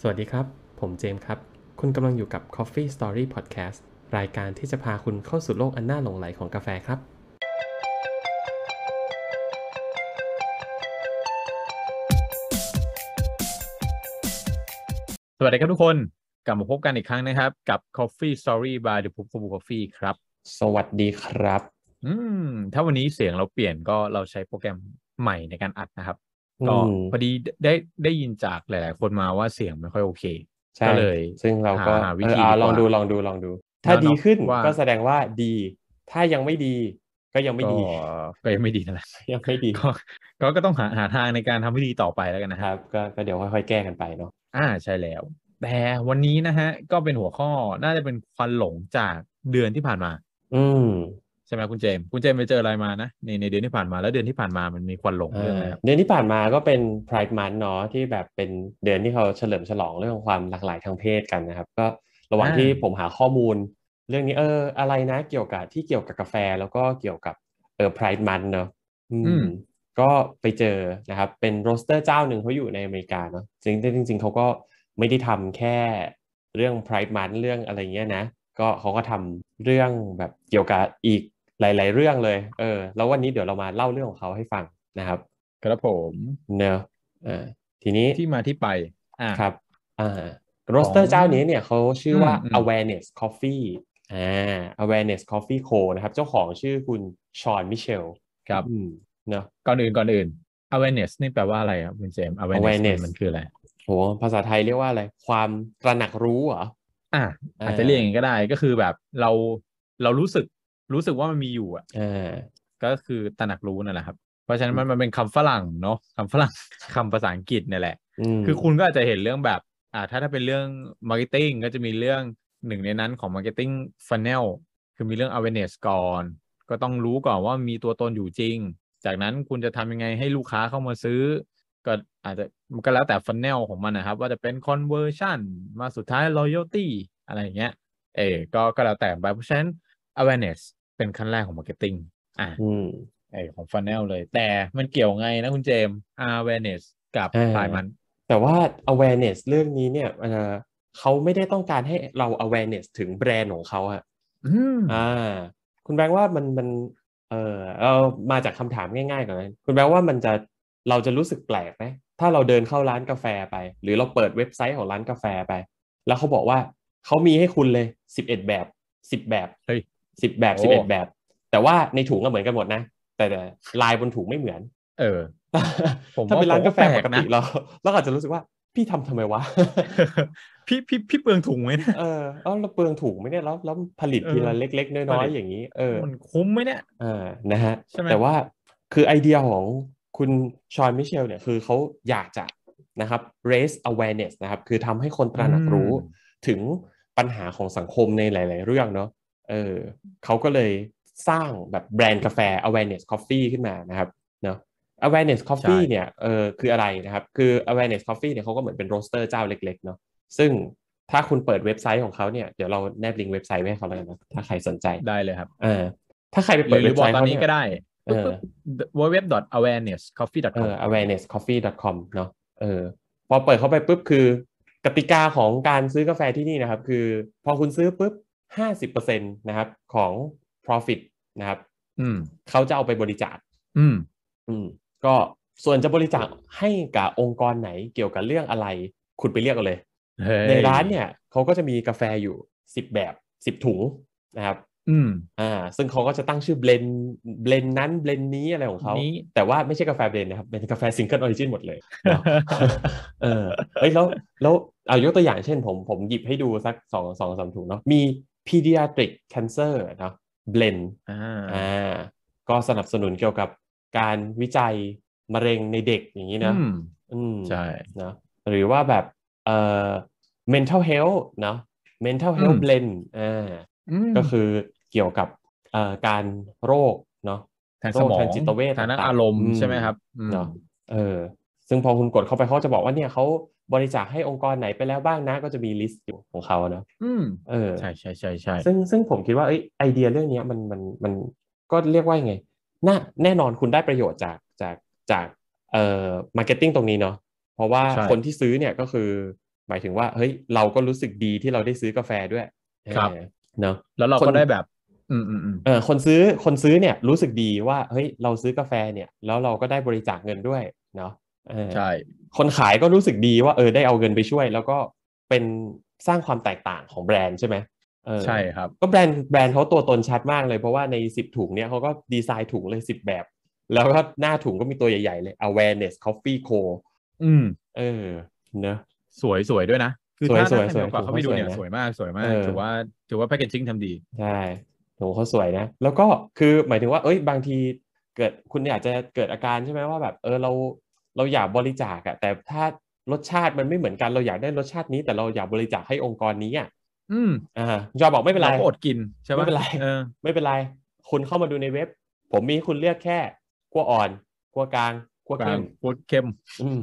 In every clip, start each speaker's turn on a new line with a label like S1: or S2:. S1: สวัสดีครับ ผมเจมส์ครับ คุณกำลังอยู่กับ Coffee Story Podcast รายการที่จะพาคุณเข้าสู่โลกอันน่าหลงไหลของกาแฟครับ
S2: สวัสดีครับทุกคนกลับมาพบกันอีกครั้งนะครับ กับ Coffee Story by The p u b Coffee ครับ
S1: สวัสดีครับ
S2: อืม ถ้าวันนี้เสียงเราเปลี่ยนก็เราใช้โปรแกรมใหม่ในการอัดนะครับ ก็
S1: อืม
S2: พอดีได้ได้ยินจากหลาย ๆ คนมาว่าเสียงไม่ค่อยโอเค
S1: ใช่
S2: ก็เลย
S1: ซึ่งเราก็
S2: หาหาวิธี
S1: เออเอา
S2: ดีกว่า
S1: ลองดูลองดูลองดู ถ้า
S2: เนอะ
S1: ดีขึ้น
S2: ว่า
S1: ก็แสดงว่าดี ถ้ายังไม่ดีก็ยังไม่ดี
S2: ก็ก็ยังไม่ดีนั่นแหละ
S1: ยังไม่ดี
S2: ก็ก็ก็ต้องหาหาทางในการทำให้ดีต่อไปแล้วกันนะ
S1: ค
S2: ฮะ
S1: รับก็ก็เดี๋ยวค่อยๆแก้กันไปเนาะ
S2: อ่าใช่แล้ว แต่วันนี้นะฮะ ก็เป็นหัวข้อน่าจะเป็นควันหลงจากเดือนที่ผ่านมา
S1: อืม
S2: ใช่ไหมคุณเจมส์คุณเจมส์ไปเจออะไรมานะในในเดือนที่ผ่านมาแล้วเดือนที่ผ่านมามันมีควันหลงเรื่องอะไรครับ
S1: เดือนที่ผ่านมาก็เป็น Pride Month เนาะที่แบบเป็นเดือนที่เขาเฉลิมฉลองเรื่องของความหลากหลายทางเพศกันนะครับ ก็ระหว่าง
S2: อ่า
S1: ที่ผมหาข้อมูล เรื่องนี้เออ อะไรนะเกี่ยวกับที่เกี่ยวกับกาแฟแล้วก็เกี่ยวกับเออ Pride Month เนาะ อื
S2: อื
S1: ม
S2: ม
S1: ก็ไปเจอนะครับ เป็นโรสเตอร์เจ้าหนึ่งเขาอยู่ในอเมริกาเนาะจริงๆจริง ๆเขาก็ไม่ได้ทำแค่เรื่อง Pride Month เรื่องอะไรเงี้ยนะ ก็เขาก็ทำเรื่องแบบเกี่ยวกับอีกหลาย ๆ เรื่องเลย เออ แล้ววันนี้เดี๋ยวเรามาเล่าเรื่องของเขาให้ฟังนะครับ
S2: ครับผม
S1: เนอะอ่าทีนี้
S2: ที่มาที่ไปอ่า
S1: ครับอ่าโรสเตอร์เจ้านี้เนี่ยเขาชื่อว่า
S2: อืมอืม
S1: awareness coffee อ่า awareness coffee co นะครับ เจ้าของชื่อคุณชอนมิเชล
S2: ครับ
S1: อืมเนอะ
S2: ก่อนอื่นก่อนอื่น awareness นี่แปลว่าอะไรครับคุณเจมส์ awareness,
S1: awareness
S2: มันมันคืออะไร
S1: โหภาษาไทยเรียกว่าอะไร ความตระหนักรู้เหรอ
S2: อ่า
S1: อ่า
S2: อาจจะเรียกอย่างนี้ก็ได้ก็คือแบบเราเรารู้สึกรู้สึกว่ามันมีอยู่อ่ะ
S1: อ่า
S2: ก็คือตระหนักรู้นั่นแหละครับ เพราะฉะนั้นมันมันเป็นคำฝรั่งเนาะคำฝรั่ง คำภาษาอังกฤษเนี่ยแหละ
S1: อืม
S2: คือคุณก็อาจจะเห็นเรื่องแบบอ่าถ้าถ้าเป็นเรื่อง marketing ก็จะมีเรื่องหนึ่งในนั้นของ marketing funnel คือมีเรื่อง awareness ก่อน ก็ต้องรู้ก่อนว่ามีตัวตนอยู่จริง จากนั้นคุณจะทำยังไงให้ลูกค้าเข้ามาซื้อ ก็อาจจะมันก็แล้วแต่ funnel ของมันนะครับ ว่าจะเป็น conversion มาสุดท้าย loyalty อะไรอย่างเงี้ย เออก็ก็แล้วแต่ไปเพราะฉะนั้น awareness เป็นขั้นแรกของ marketing อ่ะ
S1: อืม
S2: ไอของ funnel เลย แต่มันเกี่ยวไงนะคุณเจมส์ awareness กับ
S1: อ่า
S2: สายมัน
S1: แต่ว่า awareness เรื่องนี้เนี่ยเอ่อเขาไม่ได้ต้องการให้เรา awareness ถึงแบรนด์ของเขาอะ
S2: อืม
S1: อ่า คุณแบงค์ว่ามันมัน เออเรามาจากคำถามง่ายๆก่อนนะคุณแบงค์ว่ามันจะเราจะรู้สึกแปลกไหมถ้าเราเดินเข้าร้านกาแฟไป หรือเราเปิดเว็บไซต์ของร้านกาแฟไป แล้วเขาบอกว่าเขามีให้คุณเลยสิบเอ็ดแบบสิบแบบ
S2: เฮ้ย
S1: สิบแบบ
S2: โอ้
S1: สิบเอ็ดแบบ แต่ว่าในถุงก็เหมือนกันหมดนะ แต่แต่ลายบนถุงไม่เหมือน
S2: เออ ผม
S1: ถ้า
S2: ว่า
S1: เป็นร้านกาแฟ
S2: ผมว่า
S1: ป
S2: แปล
S1: ก
S2: กนะ
S1: ติเราเราอาจจะรู้สึกว่าพี่ทำทำไมวะ
S2: พี่พี่พี่เปลืองถุงไหมเนะ
S1: เออเอาเราเปลืองถุงไหมเนี่ยแล้วแล้วผลิต
S2: เออ
S1: ทีละเล็ก ๆ น้
S2: ผ
S1: อย
S2: ลิ
S1: ๆ
S2: ต
S1: อย่างนี้ เออ
S2: มันคุ้มไหมเนี่ย
S1: เออนะฮะ
S2: ใช่ไหม
S1: แต่ว่าคือไอเดียของคุณชอนมิเชลเนี่ยคือเขาอยากจะนะครับ raise awareness นะครับ คือทำให้คนตระหนักรู้
S2: อืม
S1: ถึงปัญหาของสังคมในหลาย ๆ เรื่องเนาะ เออเขาก็เลยสร้างแบบแบรนด์กาแฟ awareness coffee ขึ้นมานะครับเนาะ awareness coffee
S2: ใช่
S1: เนี่ย เออคืออะไรนะครับ คือ awareness coffee เนี่ยเขาก็เหมือนเป็นโรสเตอร์เจ้าเล็ก ๆ เนาะ ซึ่งถ้าคุณเปิดเว็บไซต์ของเขาเนี่ย เดี๋ยวเราแนบลิงก์เว็บไซต์ไว้ให้เขาแล้วกันนะ ถ้าใครสนใจ
S2: ได้เลยครับ
S1: เออ ถ้าใครไป
S2: ห
S1: เปิ
S2: รื
S1: ด
S2: อหรื
S1: เว็
S2: อบ บอ
S1: ไซต์
S2: กตอน
S1: เขา
S2: นี้
S1: เนี่ย
S2: ก็ได้
S1: เออ เอ
S2: www.awarenesscoffee.com
S1: อ awarenesscoffee.com เนาะเออพอเปิดเข้าไปปุ๊บคือกติกาของการซื้อกาแฟที่นี่นะครับ คือพอคุณซื้อปุ๊บ 50%นะครับของ profit นะครับ
S2: อืม
S1: เขาจะเอาไปบริจาค
S2: อืม
S1: อืมก็ส่วนจะบริจาคให้กับองค์กรไหนเกี่ยวกับเรื่องอะไร คุณไปเรียกเอาเลย
S2: เฮ้ย
S1: ในร้านเนี่ยเขาก็จะมีกาแฟอยู่ 10 แบบ 10 ถุงนะครับ
S2: อืม
S1: อ่าซึ่งเขาก็จะตั้งชื่อเบลนเบลนนั้นเบลนนี้อะไรของเขาน
S2: นี้
S1: แต่ว่าไม่ใช่กาแฟเบรนด์นะครับ เป็นกาแฟซิงเกิลออริจินหมดเลยเนาะ เออเอ้ยแล้วแล้วเอายกตัวอย่างเช่นผมผมหยิบให้ดูสักสองสองสามถุงเนาะมี pediatric cancer เนาะ blend
S2: อ่า
S1: อ่าก็สนับสนุนเกี่ยวกับการวิจัยมะเร็งในเด็กอย่างนี้นะ
S2: อืม
S1: อืม
S2: ใช่
S1: เนาะหรือว่าแบบเอ่อ mental health เนาะ mental health
S2: อืม
S1: blend อ่า
S2: อืม
S1: ก็คือเกี่ยวกับเอ่อการโรคเนาะ
S2: ทางสมอง
S1: ทางจิตเวช
S2: ทางด้าน
S1: ต่างๆ
S2: อารมณ์
S1: อืม
S2: ใช่ไหมครับอืม
S1: เนาะเออ ซึ่งพอคุณกดเข้าไปเขาจะบอกว่าเนี่ยเขาบริจาคให้องค์กรไหนไปแล้วบ้างนะ ก็จะมีลิสต์อยู่ของเขาเนาะ
S2: อืม
S1: เออ
S2: ใช่ใช่ใช่ใช่
S1: ซึ่งซึ่งผมคิดว่าเอ้ยไอเดียเรื่องเนี้ยมันมันมันก็เรียกว่ายังไงน่าแน่นอนคุณได้ประโยชน์จากจากจากเอ่อมาร์เก็ตติ้งตรงนี้เนาะเพราะว่าคนที่ซื้อเนี่ยก็คือ หมายถึงว่าเฮ้ยเราก็รู้สึกดีที่เราได้ซื้อกาแฟด้วย
S2: ครับ
S1: เออเนาะ
S2: แล้วเรา
S1: ค
S2: ก็
S1: น
S2: ได้แบบ อืมอืมอืม
S1: เออคนซื้อคนซื้อเนี่ยรู้สึกดีว่าเฮ้ยเราซื้อกาแฟเนี่ยแล้วเราก็ได้บริจาคเงินด้วยเนาะเออ
S2: ใช่
S1: คนขายก็รู้สึกดีว่าเออได้เอาเงินไปช่วย แล้วก็เป็นสร้างความแตกต่างของแบรนด์ใช่ไหมเออ
S2: ใช่ครับ
S1: ก็แบรนด์แบรนด์เขาตัวตนชัดมากเลยเพราะว่าใน 10 ถุงเนี่ยเขาก็ดีไซน์ถุงเลย 10 แบบ แล้วก็หน้าถุงก็มีตัวใหญ่ๆเลย awareness coffee co
S2: อืม
S1: เออเนอะ
S2: สวยสวยด้วยนะ คือ
S1: สวย
S2: ถ้า
S1: สวย
S2: ถ้า
S1: ส
S2: ใคร
S1: วย
S2: มีโอ
S1: ผมว่าสวย
S2: กาสเข้าไปดูเนี่ย
S1: นะ
S2: สวยมากสวยมาก
S1: เออ
S2: ถือว่าถือว่าแพคเกจจิ้งทำดี
S1: ใช่โหเขาสวยนะ แล้วก็คือหมายถึงว่า เอ้ย บางทีเกิดคุณอยากจะเกิดอาการใช่ไหมว่าแบบ เออ เรา เราอยากบริจาคอะแต่ถ้ารสชาติมันไม่เหมือนกัน เราอยากได้รสชาตินี้ แต่เราอยากบริจาคให้องค์กรนี้อะ
S2: อืม
S1: อ่าจอบอกไม่เป็นไร
S2: ราก็อดกินใช่ปะ
S1: ไม่เป็นไร
S2: เออ
S1: ไม่เป็นไร คุณเข้ามาดูในเว็บ ผมมีให้คุณเลือกแค่กั้วอ่อนกั้วกลางกั้ว
S2: กลา
S1: เข้
S2: ง
S1: ม
S2: โคตรเข้ม
S1: อืม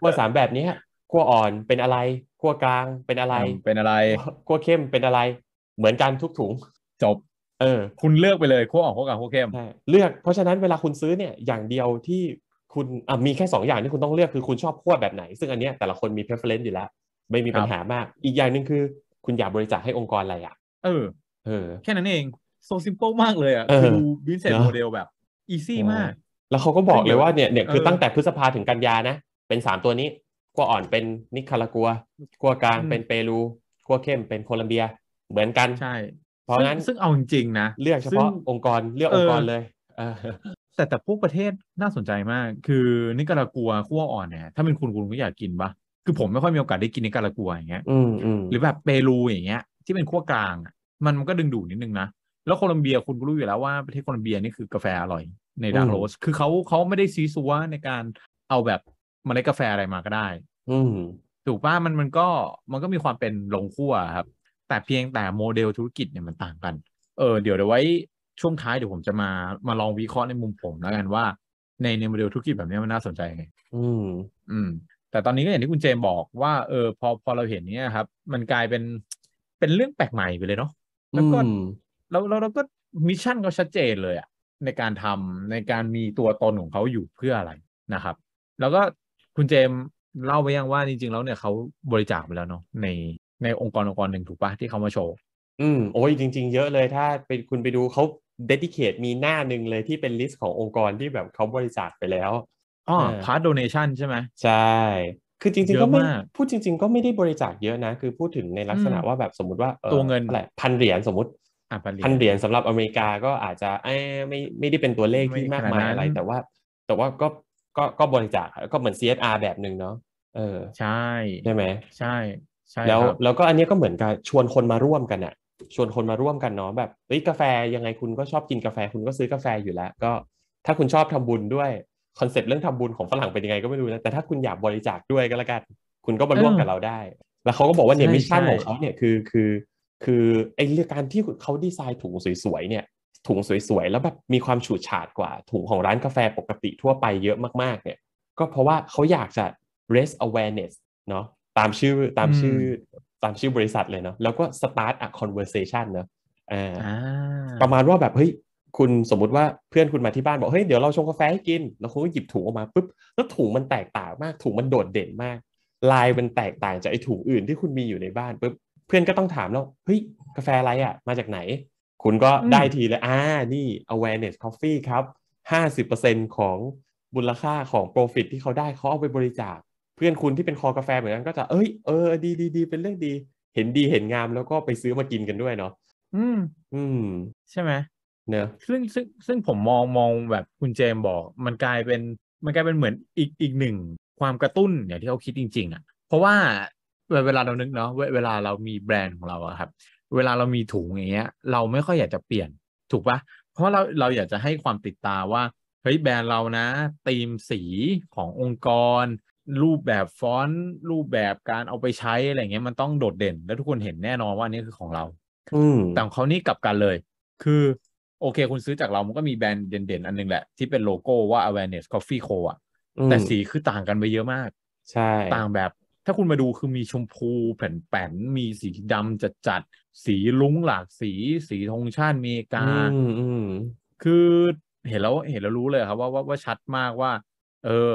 S1: กั้วสามแบบเนี้ยกั้วอ่อนเป็นอะไรกั้วกลางเป็นอะไร
S2: เป็นอะไร
S1: กั้วเข้มเป็นอะไร เหมือนกันทุกถุง
S2: จบ
S1: เออ
S2: คุณเลือกไปเลยขั้วออกขั้วกลางขั้วเข้ม
S1: ใช่เลือกเพราะฉะนั้นเวลาคุณซื้อเนี่ยอย่างเดียวที่คุณอ่ะมีแค่ 2 อย่างที่คุณต้องเลือกคือคุณชอบขั้วแบบไหน ซึ่งอันเนี้ยแต่ละคนมี preference อยู่แล้ว ไม่มี
S2: ครับ
S1: ปัญหามาก อีกอย่างหนึ่งคือ คุณอยากบริจาคให้องค์กรอะไรอ่ะ
S2: เออ
S1: เออ
S2: แค่นั้นเองโซซิมเปิลมากเลยอ่ะ
S1: เออ
S2: คือดูบิสเนส
S1: เนอะ
S2: โมเดลแบบอีซี่มาก
S1: แล้วเขาก็บอกเลยว่าเนี่ยเนี่ยคือ
S2: เออ
S1: ตั้งแต่พฤษภาถึงกันยานะ เป็น 3 ตัวนี้ขั้วอ่อนเป็นนิคารากัวขั้วกลาง
S2: อืม
S1: เป็นเปรูขั้วเข้มเป็นโคลัมเบีย เหมือนกัน
S2: ใช่
S1: เพราะ
S2: ซึ่ง
S1: งั้น
S2: ซึ่งเอาจริงๆนะ
S1: เลือกเฉพาะ
S2: ซึ่ง
S1: องค์กรเลือกอ
S2: เออ
S1: งค์กรเลยเออ
S2: แต่แต่พวกประเทศน่าสนใจมาก คือนิการากัวขั้วอ่อนเนี่ยถ้าเป็นคุณคุณก็อยากกินปะคือผมไม่ค่อยมีโอกาสได้กินนิการากัวอย่างเงี้ย
S1: อืมอืม
S2: หรือแบบเปรูอย่างเงี้ย ที่เป็นขั้วกลางอะมันมันก็ดึงดูดนิดนึงนะ แล้วโคลัมเบียคุณก็รู้อยู่แล้วว่าประเทศโคลัมเบียนี่คือกาแฟอร่อยในดาร์กโรส คือเขาเขาไม่ได้ซีซัวในการเอาแบบเมล็ดกาแฟอะไรมาก็ได้
S1: อืม
S2: ถูกป่ะมันมันก็มันก็มีความเป็นลงขั้วครับ แต่เพียงแต่โมเดลธุรกิจเนี่ยมันต่างกัน เออเดี๋ยวเดี๋ยวไว้ช่วงท้ายเดี๋ยวผมจะมามาลองวิเคราะห์ในมุมผมแล้วกันว่า ในในโมเดลธุรกิจแบบเนี้ยมันน่าสนใจยังไง
S1: อืม
S2: อืมแต่ตอนนี้ก็อย่างที่คุณเจมบอกว่าเออพอพอเราเห็นเนี่ยครับ มันกลายเป็นเป็นเรื่องแปลกใหม่ไปเลยเนาะ แล้วก็
S1: อืม
S2: แล้วแล้วเราก็มิชชั่นก็ชัดเจนเลยอะในการทำในการมีตัวตนของเขาอยู่เพื่ออะไรนะครับ แล้วก็คุณเจมเล่าไปยังว่าจริง ๆ แล้วเนี่ยเขาบริจาคไปแล้วเนาะในในองค์กรองค์กรหนึ่งถูกปะที่เขามาโชว์
S1: อืมโอ้ยจริง ๆ เยอะเลยถ้าเป็นคุณไปดูเขาเดดิเคทมีหน้าหนึ่งเลยที่เป็นลิสต์ขององค์กรที่แบบเขาบริจาคไปแล้ว
S2: อ๋อ
S1: เออ
S2: พาร์ทโดเนชันใช่ไหม
S1: ใช่ คือจริง ๆ ก็ไม่
S2: เยอะมาก
S1: พูดจริง ๆ ก็ไม่ได้บริจาคเยอะนะ คือพูดถึงในลักษณะ
S2: อืม
S1: ว่าแบบสมมติว่าอ่อ
S2: ตัวเงิน
S1: อะไรพันเหรียญสมมติ
S2: อ่ะพันเหรียญ
S1: พันเหรียญสำหรับอเมริกาก็อาจจะเอ้ยไม่ไม่ได้เป็นตัวเลขที่
S2: ไม่
S1: มาก
S2: ขนาด
S1: มาย
S2: นั้น
S1: อะไร แต่ว่าแต่ว่าก็ก็ก็บริจาคก็เหมือน CSR แบบหนึ่งเนาะเออ
S2: ใช่
S1: ใช่ไหม
S2: ใช่ใช่
S1: แล้ว
S2: ครับ
S1: แล้วก็อันเนี้ยก็เหมือนกับชวนคนมาร่วมกันอะชวนคนมาร่วมกันเนาะแบบเฮ้ยกาแฟยังไงคุณก็ชอบกินกาแฟคุณก็ซื้อกาแฟอยู่แล้ว ก็ถ้าคุณชอบทำบุญด้วยคอนเซ็ปต์เรื่องทำบุญของฝรั่งเป็นยังไงก็ไม่รู้นะแต่ถ้าคุณอยากบริจาคด้วยก็แล้วกันคุณก็มาร่วมกับเราได้ แล้วเขาก็บอกว่าเนี่ย
S2: ใช่
S1: มิชชั่น
S2: ใช่
S1: ของเขาเนี่ยคือคือคือไอ้เรื่องการที่เขาดีไซน์ถุงสวยๆเนี่ย ถุงสวยๆแล้วแบบมีความฉูดฉาดกว่า ถุงของร้านกาแฟปกติทั่วไปเยอะมากๆเนี่ย ก็เพราะว่าเขาอยากจะ raise awareness เนาะตามชื่อตามชื่อตามชื่อบริษัทเลยเนาะแล้วก็ start a conversation เนาะอ่า
S2: อ่า
S1: ประมาณว่าแบบเฮ้ยคุณสมมุติว่าเพื่อนคุณมาที่บ้านบอกเฮ้ยเดี๋ยวเราชงกาแฟให้กิน แล้วคุณก็หยิบถุงออกมาปุ๊บแล้วถุงมันแตกต่างมาก ถุงมันโดดเด่นมาก ลายมันแตกต่างจากไอ้ถุงอื่นที่คุณมีอยู่ในบ้านปุ๊บเพื่อนก็ต้องถามแล้วเฮ้ยกาแฟอะไรอะ่ะมาจากไหน คุณก็ได้ทีเลยอ่านี่ awareness coffee ครับ 50%ของมูลค่าของ profit ที่เขาได้เขาเอาไปบริจาค เพื่อนคุณที่เป็นคอกาแฟเหมือนกันก็จะเอ้ยเออดีดีดีเป็นเรื่องดี เห็นดีเห็นงามแล้วก็ไปซื้อมากินกันด้วยเนาะ
S2: อืม
S1: อืม
S2: ใช่ไหม
S1: เนอะ
S2: ซึ่งซึ่งซึ่งผมมองมองแบบคุณเจมส์บอก มันกลายเป็นมันกลายเป็นเหมือนอีกอีกหนึ่งความกระตุ้นอย่างที่เขาคิดจริง ๆ อ่ะ เพราะว่าเวเวลาเรานึกเนาะเวเวลาเรามีแบรนด์ของเราอะครับ เวลาเรามีถุงอย่างเงี้ย เราไม่ค่อยอยากจะเปลี่ยนถูกปะเพราะเราเราอยากจะให้ความติดตาว่าเฮ้ยแบรนด์เรานะธีมสีขององค์กร รูปแบบฟอนต์รูปแบบการเอาไปใช้อะไรเงี้ยมันต้องโดดเด่น และทุกคนเห็นแน่นอนว่าอันนี่คือของเรา
S1: อืม
S2: แต่ของเขานี่กลับกันเลย คือโอเคคุณซื้อจากเรา มันก็มีแบรนด์เด่นๆ อันหนึงแหละ ที่เป็นโลโก้ว่า awareness coffee co อ่ะ
S1: อืม
S2: แต่สีคือต่างกันไปเยอะมาก
S1: ใช่
S2: ต่างแบบ ถ้าคุณมาดูคือมีชมพูแผ่นๆ มีสีดำจัดๆ สีลุ้งหลากสี สีธงชาติอเมริกา
S1: อืมอืม
S2: คือเห็นแล้วเห็นแล้วรู้เลยครับว่าว่าว่าชัดมากว่า เออ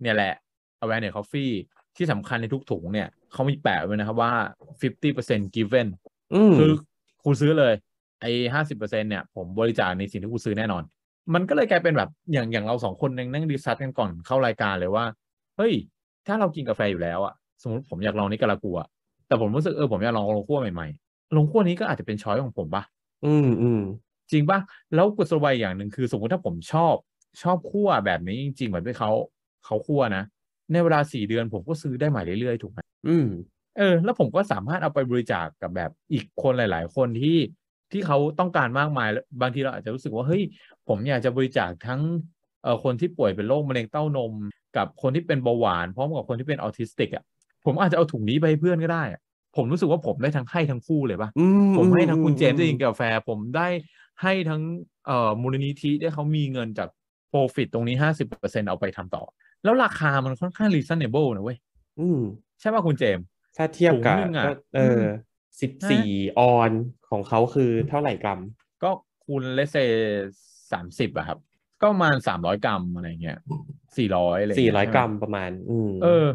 S2: เนี่ยแหละ awareness coffee ที่สำคัญในทุกถุงเนี่ย เขามีแปะไว้นะครับว่า 50% given
S1: อืม
S2: คือครูซื้อเลย ไอ้ห้าสิบเปอร์เซ็นเนี่ย ผมบริจาคในสิ่งที่ครูซื้อแน่นอน มันก็เลยกลายเป็นแบบอย่างอย่างเราสองคนนั่งนั่งดีซัสกันก่อนเข้ารายการเลยว่า เฮ้ย ถ้าเรากินกาแฟอยู่แล้วอะสมมติผมอยากลองนิการากัว แต่ผมรู้สึกเออผมอยากลองลงขั้วใหม่ๆลงขั้วนี้ก็อาจจะเป็นช้อยของผมปะ
S1: อืมอืม
S2: จริงปะแล้วกุศโลบายอย่างหนึ่งคือ สมมติถ้าผมชอบชอบขั้วแบบนี้จริงๆเหมือนที่เขาเขาขั้วนะ ในเวลาสี่เดือนผมก็ซื้อได้ใหม่เรื่อยๆถูกไหม
S1: อืม
S2: เออแล้วผมก็สามารถเอาไปบริจาคกับแบบอีกคนหลาย ๆ คนที่ที่เขาต้องการมากมายแล้วบางทีเราอาจจะรู้สึกว่าเฮ้ยผมอยากจะบริจาคทั้งเอ่อคนที่ป่วยเป็นโรคมะเร็งเต้านม กับคนที่เป็นเบาหวานพร้อมกับคนที่เป็นออทิสติกอ่ะผมอาจจะเอาถุงนี้ไปให้เพื่อนก็ได้อะผมรู้สึกว่าผมได้ทั้งให้ทั้งคู่เลยปะ
S1: อื
S2: ผมให้ทั้งคุณเจมส์
S1: อื
S2: ได้กินกาแฟ ผมได้ให้ทั้งเอ่อมูลนิธิได้เขามีเงินจากโปรฟิตตรงนี้ห้าสิบเปอร์เซ็นเอาไปทำต่อ แล้วราคามันค่อนข้าง reasonable นะเว้ย
S1: อืม
S2: ใช่ป่ะคุณเจมส์
S1: ถ้าเทียบกับ
S2: ถุงหนึ่งอะ
S1: ก็เออ
S2: ม
S1: สิบ
S2: ฮะ
S1: สี่ออนของเขาคือเท่าไหร่กรัม
S2: ก็คูณเลเซสามสิบอะครับ ก็ประมาณสามร้อยกรัมอะไรเงี้ยสี่ร้อยอะไร
S1: สี่
S2: เงี้
S1: ร้อย
S2: ใช่
S1: ก
S2: ไห
S1: รัมประมาณ อืม
S2: เออ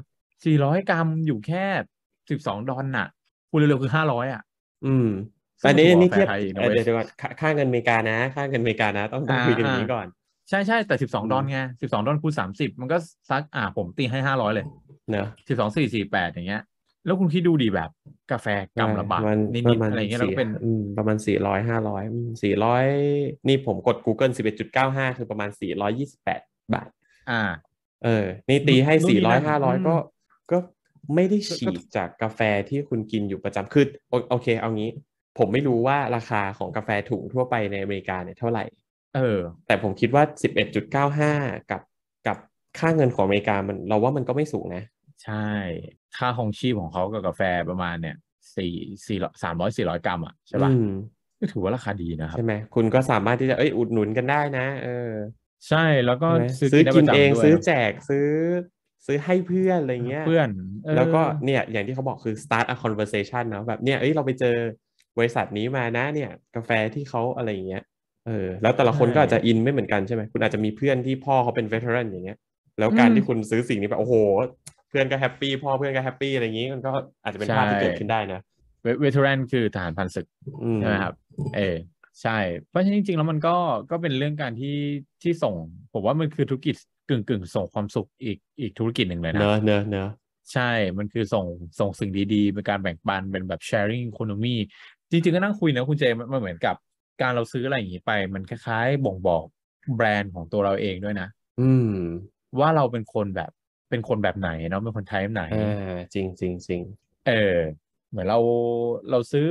S2: สี่ร้อยกรัมอยู่แค่สิบสองดอลน่ะคูณเร็วๆคือห้าร้อยอ่ะ
S1: อืม
S2: ซึ่ง
S1: อันนี้
S2: ผมว่า
S1: นี่เทียบ
S2: แฟร์ไทยนะ
S1: เอ่อ
S2: เว้ย
S1: เดี๋ยวเดี๋ยวก่อนค่าค่าเงินอเมริกานะ ค่าเงินอเมริกานะ ต้องต้อง
S2: อ่า
S1: คุยกันอย่าง
S2: อ่า
S1: นี้ก่อน
S2: ใช่ใช่แต่สิบสอง
S1: อืม
S2: ดอลไงสิบสองดอลคูณสามสิบมันก็ซักอ่าผมตีให้ห้าร้อยเลย
S1: เนอะ
S2: สิบสองสี่สี่แปดอย่างเงี้ย แล้วคุณคิดดูดีแบบกาแฟกรัมละบาท
S1: ใช่
S2: นิด
S1: ป
S2: ๆ
S1: มาณ
S2: อะไรเงี้ย
S1: ป
S2: แล้
S1: ระ
S2: ว
S1: มาณ
S2: ก็เป็น
S1: อืมประมาณสี่ร้อยห้าร้อยสี่ร้อยนี่ผมกด Google สิบเอ็ดจุดเก้าห้าคือประมาณสี่ร้อยยี่สิบแปดบาท
S2: อ่า
S1: เออ นี่ตีให้
S2: นู่นนี่
S1: สี่ร้อย
S2: นั่
S1: ห้าน ร้อย
S2: อืม
S1: ก็ก็ไม่ได้
S2: ก็
S1: ฉีกจากกาแฟที่คุณกินอยู่ประจำคือโอโอเค เอางี้ ผมไม่รู้ว่าราคาของกาแฟถุงทั่วไปในอเมริกาเนี่ยเท่าไหร่
S2: เออ
S1: แต่ผมคิดว่าสิบเอ็ดจุดเก้าห้ากับกับค่าเงินของอเมริกามันเราว่ามันก็ไม่สูงนะ
S2: ใช่ ค่าของชีพของเขากับกาแฟประมาณเนี่ยสี่สี่สามร้อยสี่ร้อยกรัมอ่ะใช่ป่ะ
S1: อืม
S2: ก็ถือว่าราคาดีนะครับ
S1: ใช่ไหมคุณก็สามารถที่จะเอ้ยอุดหนุนกันได้นะ เออ
S2: ใช่แล้วก็
S1: ใช่ไหม
S2: ซื้อ
S1: ซื้อกิน
S2: ได้ประจำ
S1: เอง
S2: ด้วย
S1: ซื้อ
S2: นะ
S1: แจกซื้อ ซื้อให้เพื่อนอะไรเงี้ย
S2: เพื่อนเออ
S1: แล้วก็เนี่ยอย่างที่เขาบอกคือ start a conversation เนอะแบบเนี่ยเอ้ยเราไปเจอบริษัทนี้มานะเนี่ย กาแฟที่เขาอะไรอย่างเงี้ยเออแล้วแต่ละคนก็อาจจะอินไม่เหมือนกันใช่ไหมคุณอาจจะมีเพื่อนที่พ่อเขาเป็น veteran อย่างเงี้ยแล้วการที่คุณซื้อสิ่งนี้ไปโอ้โห เพื่อนก็แฮปปี้พ่อเพื่อนก็แฮปปี้อะไรอย่างงี้มันก็อาจจะเป็นภาพที่เกิดขึ้นได้นะ
S2: เวเวทแรนคือทหารผ่านศึก
S1: อืม
S2: ใช่ไหมครับ เออใช่ เพราะฉะนั้นจริงๆแล้วมันก็ก็เป็นเรื่องการที่ที่ส่ง ผมว่ามันคือธุรกิจกึ่งกึ่งๆส่งความสุขอีกอีกธุรกิจหนึ่งเลยนะ
S1: เนอะเนอะเนอะ
S2: ใช่ มันคือส่งส่งสิ่งดีๆ เป็นการแบ่งปัน เป็นแบบ sharing economy จริงๆ ก็นั่งคุยนะคุณเจมันมันเหมือนกับการเราซื้ออะไรอย่างนี้ไป มันคล้ายๆ บ่งบอกแบรนด์ของตัวเราเองด้วยนะ
S1: อืม
S2: ว่าเราเป็นคนแบบเป็นคนแบบไหนเนาะเป็นคนไทยแบบไหน
S1: อ่าจริงจริงจริง
S2: เออ เหมือนเราเราซื้อ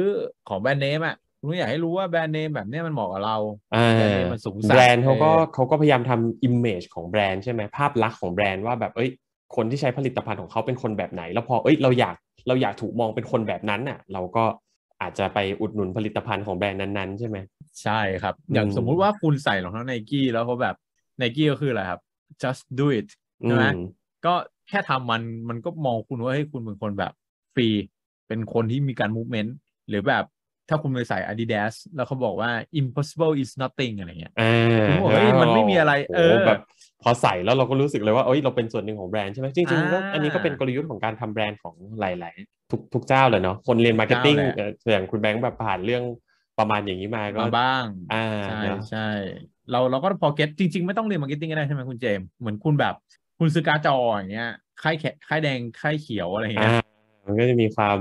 S2: ของแบรนด์เนมอะรู้อยากให้รู้ว่าแบรนด์เนมแบบเนี้ยมันเหมาะกับเรา
S1: อ่
S2: แบรน
S1: า
S2: ด์เนมมันสูงสั
S1: แบรนด์เขาก็
S2: ออ
S1: เขาก็พยายามทำอิมเมจของแบรนด์ใช่ไหมภาพลักษณ์ของแบรนด์ว่าแบบเอ้ยคนที่ใช้ผลิตภัณฑ์ของเขาเป็นคนแบบไหน แล้วพอเอ้ยเราอยากเราอยากถูกมองเป็นคนแบบนั้นน่ะ เราก็อาจจะไปอุดหนุนผลิตภัณฑ์ของแบรนด์นั้นๆ ใช่ไหม
S2: ใช่ครับ อย่าง
S1: อืม
S2: สมมุติว่าคุณใส่รองเท้าไนกี้แล้วเขาแบบไนกี้ก็คืออะไรครับ just do it ใช่ไหม
S1: อืม
S2: ก็แค่ทำมันมันก็มองคุณว่าเฮ้ยคุณเป็นคนแบบฟรี เป็นคนที่มีการมูฟเมนต์หรือแบบถ้าคุณไปใส่ Adidas แล้วเขาบอกว่า impossible is nothing อะไรเงี้ย
S1: อ่า
S2: ผมบอกเฮ้ยมันไม่มีอะไร
S1: โโห
S2: เออ
S1: แบบพอใส่แล้วเราก็รู้สึกเลยว่าเอ้ยเราเป็นส่วนหนึ่งของแบรนด์ใช่ไหมจริงๆก็
S2: อ่า
S1: อันนี้ก็เป็นกลยุทธ์ของการทำแบรนด์ของหลายๆทุกทุกเจ้าเลยเนาะคนเรียนมาร์เก็ตติ้ง
S2: เจ้าแหละ
S1: อย่างคุณแบงค์แบบผ่านเรื่องประมาณอย่างนี้มาก็
S2: มาบ้าง
S1: อ่า
S2: ใช่
S1: เนอะ
S2: ใช่เราเราก็พอเก็ตจริง ๆ ไม่ต้องเรียนมาร์เก็ตติ้งก็ได้ใช่ไหมคุณเจมส์เหมือนคุณแบบคุณซื้อการ์ดจออย่างเงี้ยค่ายแขค่ายแดงค่ายเขียวอะไรเงี้ย
S1: อ่ามันก็จะมีความ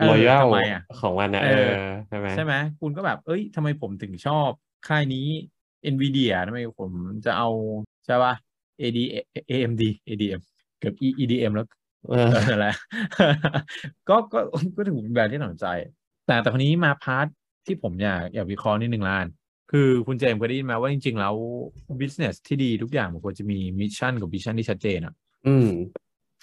S2: เออ
S1: loyal
S2: ทำไมอะ
S1: ของมันนะ
S2: เอ
S1: เอ
S2: อ
S1: อใช่ไหม
S2: ใช่ไหมคุณก็แบบ เอ้ยทำไมผมถึงชอบค่ายนี้ Nvidia ทำไมผมจะเอา ใช่ป่ะ AD AMD ADM เกือบ EDM แล้ว
S1: เออ
S2: เออนั่นแหละ ก็ก็ ก็ถือเป็นแบรนด์ที่น่าสนใจ แต่แต่คนนี้มาพาร์ทที่ผมอยากอยากวิเคราะห์นิดนึงละกันคือคุณเจมส์เคยได้ยินไหมาว่าจริง ๆ แล้ว business ที่ดีทุกอย่างมันควรจะมีมิชชั่นกับวิชั่นที่ชัดเจนอะ
S1: อืม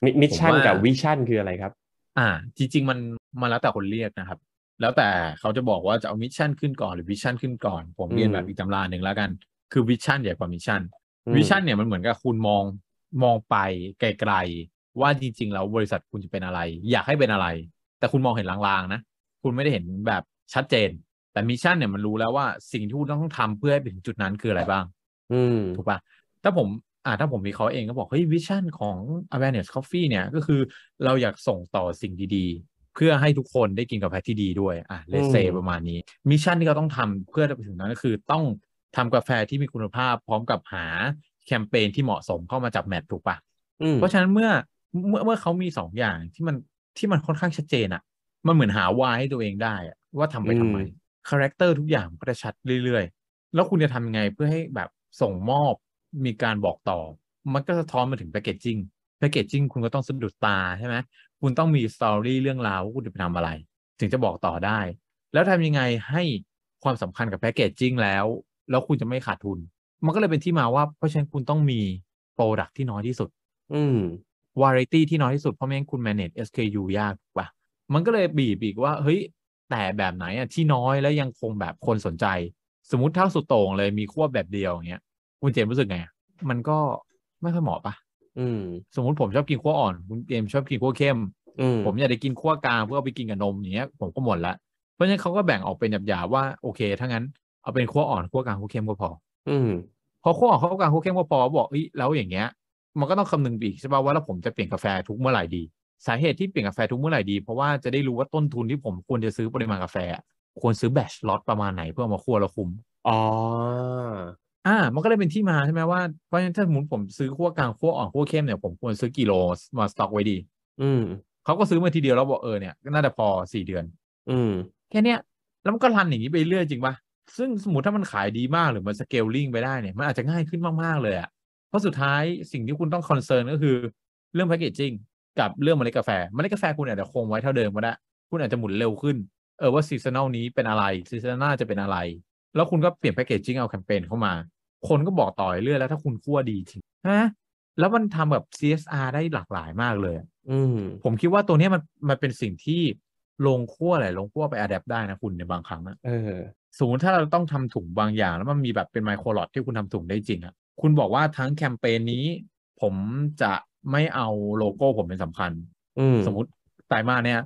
S1: มิมิชชั่น
S2: ผมว่า
S1: กับวิชั่นคืออะไรครับ
S2: อ่า จริง ๆ มันมันแล้วแต่คนเรียกนะครับ แล้วแต่เขาจะบอกว่าจะเอามิชชั่นขึ้นก่อนหรือวิชั่นขึ้นก่อน ผมเรียน
S1: อืม
S2: แบบอีกตำราหนึ่งแล้วกัน คือวิชั่นใหญ่กว่ามิชชั่น
S1: อืม
S2: วิชั่นเนี่ยมันเหมือนกับคุณมองมองไปไกลๆว่าจริง ๆ แล้วบริษัทคุณจะเป็นอะไร อยากให้เป็นอะไร แต่คุณมองเห็นลางๆนะ คุณไม่ได้เห็นแบบชัดเจน แต่มิชชั่นเนี่ยมันรู้แล้วว่าสิ่งที่คุณต้องทำเพื่อให้ไปถึงจุดนั้นคืออะไรบ้าง
S1: อืม
S2: ถูกปะถ้าผม อ่าถ้าผมวิเคราะห์เองก็บอก เฮ้ยวิชั่นของ awareness coffee เนี่ย ก็คือเราอยากส่งต่อสิ่งดีๆ เพื่อให้ทุกคนได้กินกาแฟที่ดีด้วย อ่ะเลเซ
S1: อืม
S2: ประมาณนี้ มิชชั่นที่เราต้องทำเพื่อจะไปถึงนั้นก็คือต้องทำกาแฟที่มีคุณภาพ พร้อมกับหาแคมเปญที่เหมาะสมเข้ามาจับแมทถูกปะ
S1: อืม
S2: เพราะฉะนั้นเมื่อเมื่อเมื่อเขามีสองอย่างที่มันที่มันค่อนข้างชัดเจนอะมันเหมือนหาวายให้ตัวเองได้อะว่าทำไปทำไมคาแรคเตอร์ทุกอย่างมันก็จะชัดเรื่อยๆ แล้วคุณจะทำยังไงเพื่อให้แบบส่งมอบมีการบอกต่อ มันก็สะท้อนมาถึงแพ c เกจจิ้งแพ c เกจจิ้งคุณก็ต้องสะดุดตาใช่ไหมคุณต้องมีสตอรี่เรื่องราวว่าคุณจะไปทำอะไร ถึงจะบอกต่อได้ แล้วทำยังไงให้ความสำคัญกับแพ c เกจจิ้งแล้ว แล้วคุณจะไม่ขาดทุน มันก็เลยเป็นที่มาว่าเพราะฉะนั้นคุณต้องมีโปรดักที่น้อยที่สุด
S1: อืม
S2: วาไรตี้ที่น้อยที่สุด เพราะไม่งั้นคุณ manage SKU ยากถูกปะมันก็เลยบีบอีกว่า เฮ้ย แต่แบบไหนอ่ะที่น้อยแล้วยังคงแบบคนสนใจ สมมติเท่าสุดโต่งเลยมีควบแบบเดียวอย่างเงี้ยคุณเจมส์รู้สึกไงอะมันก็ไม่ค่อยเหมาะปะ
S1: อืม
S2: สมมติผมชอบกินขั้วอ่อน คุณเจมส์ชอบกินขั้วเข้ม
S1: อืม
S2: ผมอยากได้กินขั้วกลางเพื่อเอาไปกินกับนมอย่างเงี้ยผมก็หมดละเพราะฉะนั้นเขาก็แบ่งออกเป็นหยาบๆว่าโอเคถ้างั้นเอาเป็นขั้วอ่อนขั้วกลางขั้วเข้มก็พอ
S1: อืม
S2: พอคั่วของเขากลางคั่วเข้มก็พอบอกเอ้ยแล้วอย่างเงี้ย มันก็ต้องคำนึงไปอีกใช่ป่าวว่าแล้วผมจะเปลี่ยนกาแฟทุกเมื่อไหร่ดี สาเหตุที่เปลี่ยนกาแฟทุกเมื่อไหร่ดี เพราะว่าจะได้รู้ว่าต้นทุนที่ผมควรจะซื้อปริมาณกาแฟอะควรซื้อแบชล็อตประมาณไหนเพื่อเอามาคั่วแล้วคุ้ม
S1: อ๋อ
S2: อ่า มันก็เลยเป็นที่มาใช่ไหมว่าเพราะฉะนั้นถ้าสมมติผมซื้อคั่วกลางคั่วอ่อนคั่วเข้มเนี่ยผมควรซื้อกิโลมาสต็อกไว้ดี
S1: อืม
S2: เขาก็ซื้อมาทีเดียวแล้วบอกเออเนี่ยก็น่าจะพอสี่เดือน
S1: อืม
S2: แค่เนี้ยแล้วมันก็รันอย่างนี้ไปเรื่อยจริงปะซึ่งสมมติถ้ามันขายดีมากหรือมันสเกลลิงไปได้เนี่ย มันอาจจะง่ายขึ้นมาก ๆ เลยอะเพราะสุดท้ายสิ่งที่คุณต้องคอนเซิร์นก็คือเรื่องแพ c เกจจิ้งกับเรื่องเมล็ดกาแฟ เมล็ดกาแฟคุณอาจจะคงไว้เท่าเดิมก็ได้ คุณอาจจะหมุนเร็วขึ้น เออว่าซีซันอลนี้เป็นอะไรซีซันหน้าจะเป็นอะไร แล้วคุณก็เปลี่ยนแพ c เกจจิ้งเอาแคมเปญเข้ามา คนก็บอกต่อเรื่อยแล้วถ้าคุณคั่วดีจริงฮะแล้วมันทำแบบ CSR ได้หลากหลายมากเลยอะ
S1: อืม
S2: ผมคิดว่าตัวเนี้ยมันมันเป็นสิ่งที่ลงขั้วหลายลงขั้วไปอัดแอปได้นะคุณในบางครั้งอะ
S1: เออ
S2: สมมติถ้าเราต้องทำถุงบางอย่าง แล้วมันมีแบบเป็นไมโครลอตที่คุณทำถุงได้จริงอะคุณบอกว่าทั้งแคมเปญนี้ ผมจะไม่เอาโลโก้ผมเป็นสำคัญ
S1: อืม
S2: สมมติไตรมาสเนี้ย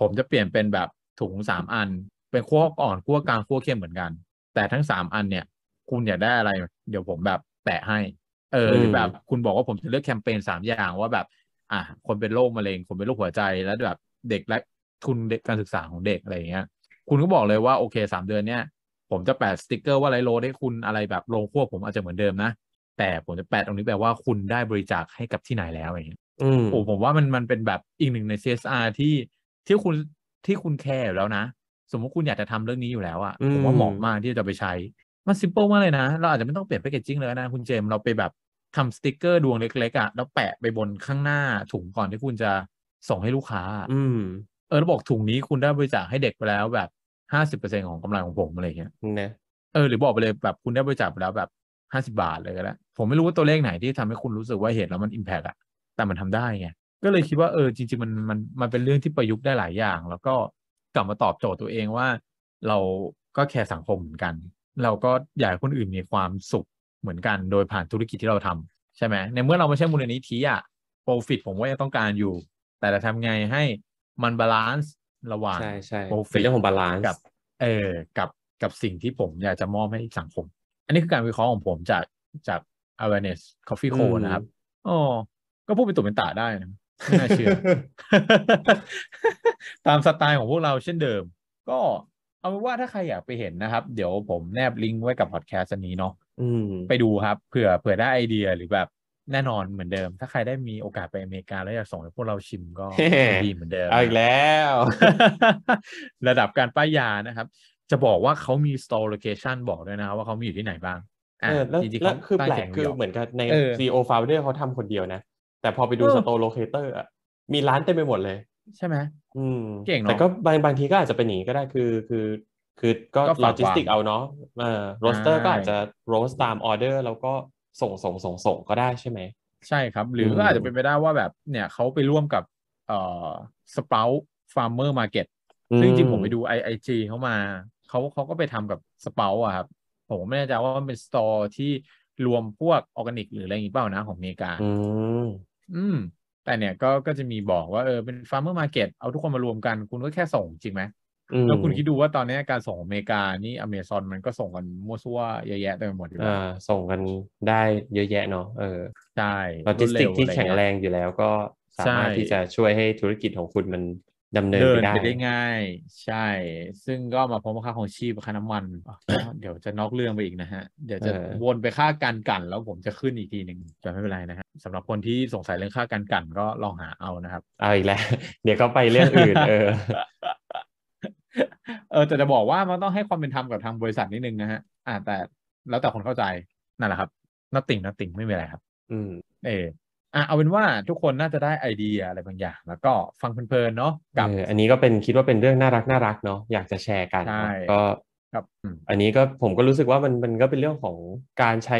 S2: ผมจะเปลี่ยนเป็นแบบถุงสามอัน เป็นขั้วอ่อนขั้วกลางขั้วเข้มเหมือนกัน แต่ทั้งสามอันเนี่ย คุณอยากได้อะไร เดี๋ยวผมแบบแปะให้ เออหรือแบบคุณบอกว่าผมจะเลือกแคมเปญสามอย่างว่าแบบ อ่ะคนเป็นโรคมะเร็ง คนเป็นโรคหัวใจแล้วแบบเด็กและทุนเด็กการศึกษาของเด็กอะไรอย่างเงี้ย คุณก็บอกเลยว่าโอเคสามเดือนเนี้ยผมจะแปะสติกเกอร์ว่าไรโลดให้คุณอะไรแบบลงขั้วผมอาจจะเหมือนเดิมนะแต่ผมจะแปะตรงนี้แปลว่าคุณได้บริจาคให้กับที่ไหนแล้วอย่างเงี้ย
S1: อืม
S2: โอ้ผมว่ามันมันเป็นแบบอีกหนึ่งใน CSR ที่ที่คุณที่คุณแคร์อยู่แล้วนะ สมมติคุณอยากจะทำเรื่องนี้อยู่แล้วอะ
S1: อืม
S2: ผมว่าเหมาะมากที่จะไปใช้ มันซิมเ l ิลมากเลยนะ เราอาจจะไม่ต้องเปลี่ยนแพ c เกจจิ้งเลยนะ คุณเจมส์เราไปแบบทำสติกเกอร์ดวงเล็กๆอะแล้วแปะไปบนข้างหน้าถุงก่อนที่คุณจะส่งให้ลูกค้าอะ
S1: อืม
S2: เออแล้วบอกถุงนี้คุณได้บริจาคให้เด็กไปแล้วแบบห้าสิบเปอร์เซ็นของกำไรของผมอะไรอย่างเงี้ย
S1: นะ
S2: เออหรือบอกไปเลยแบบคุณได้บริจาคไปแล้วแบบห้าสิบาทเลยก็ได้ผมไม่รู้ว่าตัวเลขไหนที่ทำให้คุณรู้สึกว่าเห็นแล้วมันอิมแพกอะแต่มันทำได้ไงก็เลยคิดว่าเออจริง ๆ มันมันมันเป็นเรื่องที่ประยุกต์ได้หลายอย่าง แล้วก็กลับมาตอบโจทย์ตัวเองว่า เราก็แคร์สังคมเหมือนกัน เราก็อยากให้คนอื่นมีความสุขเหมือนกันโดยผ่านธุรกิจที่เราทำใช่ไหมในเมื่อเราไม่ใช่มูลนิธิอะโปรฟิตผมว่ายังต้องการอยู่ แต่จะทำไงให้มันบาลานซ์ระหว่าง
S1: ใช่ใช่
S2: profit
S1: เป็นเรื่องของบาลานซ์
S2: กับ เออกับกับสิ่งที่ผมอยากจะมอบให้สังคม อันนี้คือการวิเคราะห์ของผมจากจาก awareness coffee co
S1: อืม
S2: นะครับอ๋อก็พูดเป็นตุเป็นตาได้นะไม่น่าเชื่อ ตามสไตล์ของพวกเราเช่นเดิม ก็เอาเป็นว่าถ้าใครอยากไปเห็นนะครับ เดี๋ยวผมแนบลิงก์ไว้กับพอดแคสต์อันนี้เนาะ
S1: อืม
S2: ไปดูครับเผื่อเผื่อได้ไอเดียหรือแบบแน่นอนเหมือนเดิม ถ้าใครได้มีโอกาสไปอเมริกาแล้วอยากส่งให้พวกเราชิม ก็
S1: เฮ้
S2: ดีเหมือนเดิม
S1: เอาอีก
S2: นะ
S1: แล้ว
S2: ระดับการป้ายยานะครับ จะบอกว่าเขามี store location บอกด้วยนะว่าเขามีอยู่ที่ไหนบ้างอ่ะ
S1: เออแล้ว
S2: จริงๆ
S1: แล้ว
S2: เขา
S1: คือ
S2: ตั้ง
S1: แปล
S2: ใจ
S1: ก
S2: นิว
S1: คื
S2: ย
S1: อ
S2: ร์ก
S1: เหมือนกับใน
S2: เออ
S1: CEO founder เขาทำคนเดียวนะ แต่พอไปดู
S2: เออ
S1: สโตโลเคเตอร์อะมีร้านเต็มไปหมดเลย
S2: ใช่ไหม
S1: อืม
S2: เก่งเนอะ
S1: แต่ก็บางบางทีก็อาจจะเป็นอย่างนี้ก็ได้คือคือ คือก็
S2: ก็ฝาก
S1: โลจิสติก
S2: วาง
S1: เอาเนาะเอ่อโรสเตอร์
S2: ใช่
S1: ก็อาจจะโรสตามออเดอร์แล้วก็ส่งส่งส่งส่งก็ได้ใช่ไหม
S2: ใช่ครับ หรือก็
S1: ม
S2: อาจจะเป็นไปได้ว่าแบบเนี่ยเขาไปร่วมกับเอ่อ Sprout Farmer Market ซึ่งจริงๆผมไปดูไอไอจีเขามา เขาเขาก็ไปทำกับสเปาอะครับ ผมไม่แน่ใจว่ามันเป็นสตอร์ที่รวมพวกออร์แกนิก หรืออะไรอย่างงี้เปล่านะของอเมริกา
S1: อืม
S2: อืม แต่เนี่ยก็ก็จะมีบอกว่าเออเป็นฟาร์มเมอร์มาเก็ตเอาทุกคนมารวมกัน คุณก็แค่ส่งจริงไหม
S1: อืม
S2: แล้วคุณคิดดูว่าตอนเนี้ยการส่งของอเมริกานี่อเมซอนมันก็ส่งกันมั่วซั่วเยอะแยะเต็มไปหมดอยู่แล้ว
S1: อ่าส่งกันได้เยอะแยะเนาะเออ
S2: ใช่
S1: โลจิสติก
S2: วด
S1: ที่
S2: เวอะไเย
S1: แข็งแรงอยู่แล้วก็สามารถ
S2: ใช่
S1: ที่จะช่วยให้ธุรกิจของคุณมันดำเนิน
S2: เดิ
S1: ไป
S2: น
S1: ได้
S2: ไปได้ง่าย ใช่ ซึ่งก็มาพร้อมกับค่าของชีพค่าน้ำมันอ่ะ เดี๋ยวจะนอกเรื่องไปอีกนะฮะ เดี๋ยวจะ
S1: เออ
S2: วนไปค่าการกันแล้วผมจะขึ้นอีกทีหนึ่งจะไม่เป็นไรนะฮะสำหรับคนที่สงสัยเรื่องค่าการกันก็ลองหาเอานะครับ
S1: เอาอีกแล้ว เดี๋ยวก็ไปเรื่องอื่น เออ
S2: เออแต่จะบอกว่ามันต้องให้ความเป็นธรรมกับทางบริษัทนิดนึงนะฮะอ่าแต่แล้วแต่คนเข้าใจนั่นแหละครับนัตติงนัตติง ไม่มีอะไรครับ
S1: อืม
S2: เอออ่ะเอาเป็นว่าทุกคนน่าจะได้ไอเดียอะไรบางอย่าง แล้วก็ฟังเพลินๆเนาะกับ
S1: เอออันนี้ก็เป็นคิดว่าเป็นเรื่องน่ารักน่ารักเนาะอยากจะแชร์กัน
S2: ใช่
S1: ก็
S2: กับอืม
S1: อันนี้ก็ผมก็รู้สึกว่ามันมันก็เป็นเรื่องของการใช้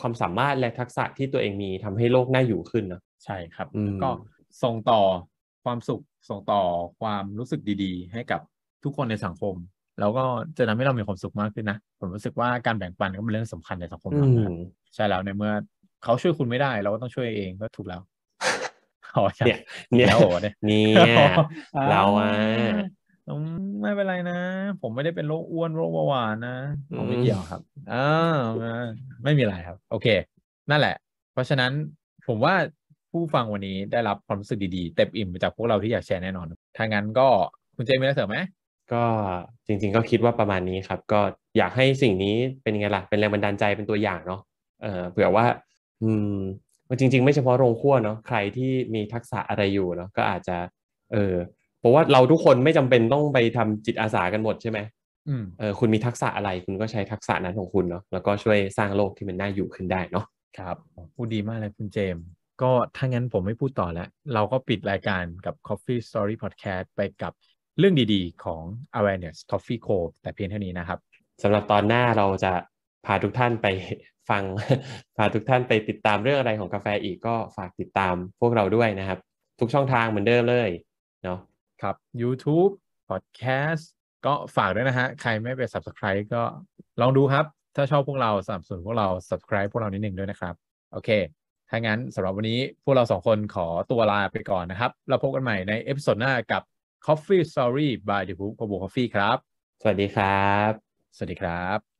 S1: ความสามารถและทักษะที่ตัวเองมีทำให้โลกน่าอยู่ขึ้นเนาะ
S2: ใช่ครับ
S1: อืม
S2: แล้วก็ส่งต่อความสุขส่งต่อความรู้สึกดีๆ ให้กับทุกคนในสังคม แล้วก็จะทำให้เรามีความสุขมากขึ้นนะ ผมรู้สึกว่าการแบ่งปันก็เป็นเรื่องสำคัญในสังคม
S1: อื
S2: เรา
S1: ม
S2: นะครับใช่แล้วในเมื่อเขาช่วยคุณไม่ได้ เราก็ต้องช่วยเองก็ถูก แล้วอ๋อใช่
S1: เนี่ย เนี่ย
S2: แล้วเหรอเนี่ย
S1: เนี่ย เราอะ
S2: อืมไม่เป็นไรนะ ผมไม่ได้เป็นโรคอ้วนโรคเบาหวานนะผมไม่เกี่ยวครับอ่าวไม่ไม่มีอะไรครับ โอเค นั่นแหละ เพราะฉะนั้นผมว่าผู้ฟังวันนี้ได้รับความรู้สึกดีๆ เต็มอิ่มไปจากพวกเราที่อยากแชร์แน่นอน ถ้างั้นก็คุณเจมีอะไรเสริมไหม
S1: ก็จริง ๆ ก็คิดว่าประมาณนี้ครับ ก็อยากให้สิ่งนี้เป็นไงล่ะ เป็นแรงบันดาลใจเป็นตัวอย่างเนาะเออเผื่อว่า อืมจริง ๆ ไม่เฉพาะโรงคั่วเนาะใครที่มีทักษะอะไรอยู่เนาะก็อาจจะ เออเพราะว่าเราทุกคนไม่จำเป็นต้องไปทำจิตอาสากันหมดใช่ไหม
S2: อืม
S1: เออคุณมีทักษะอะไรคุณก็ใช้ทักษะนั้นของคุณเนาะแล้วก็ช่วยสร้างโลกที่มันน่าอยู่ขึ้นได้เนาะ
S2: ครับพูดดีมากเลยคุณเจมส์ก็ถ้างั้นผมไม่พูดต่อแล้ว เราก็ปิดรายการกับ Coffee Story Podcast ไปกับเรื่องดีๆ ของ Awareness Coffee Co แต่เพียงเท่านี้นะครับ
S1: สำหรับตอนหน้าเราจะพาทุกท่านไป ฟัง พาทุกท่านไปติดตามเรื่องอะไรของกาแฟอีกก็ฝากติดตามพวกเราด้วยนะครับ ทุกช่องทางเหมือนเดิมเลยเนาะ
S2: ครับ YouTube Podcast ก็ฝากด้วยนะฮะ ใครไม่ไป Subscribe ก็ลองดูครับ ถ้าชอบพวกเราสนับสนุนพวกเรา Subscribe พวกเรานิดหนึ่งด้วยนะครับ โอเค ถ้างั้นสำหรับวันนี้พวกเราสองคนขอตัวลาไปก่อนนะครับ แล้วพบกันใหม่ในเอพิโซดหน้ากับ Coffee Story by The Book กับ Book Coffee ครับ
S1: สวัสดีครับ
S2: สวัสดีครับ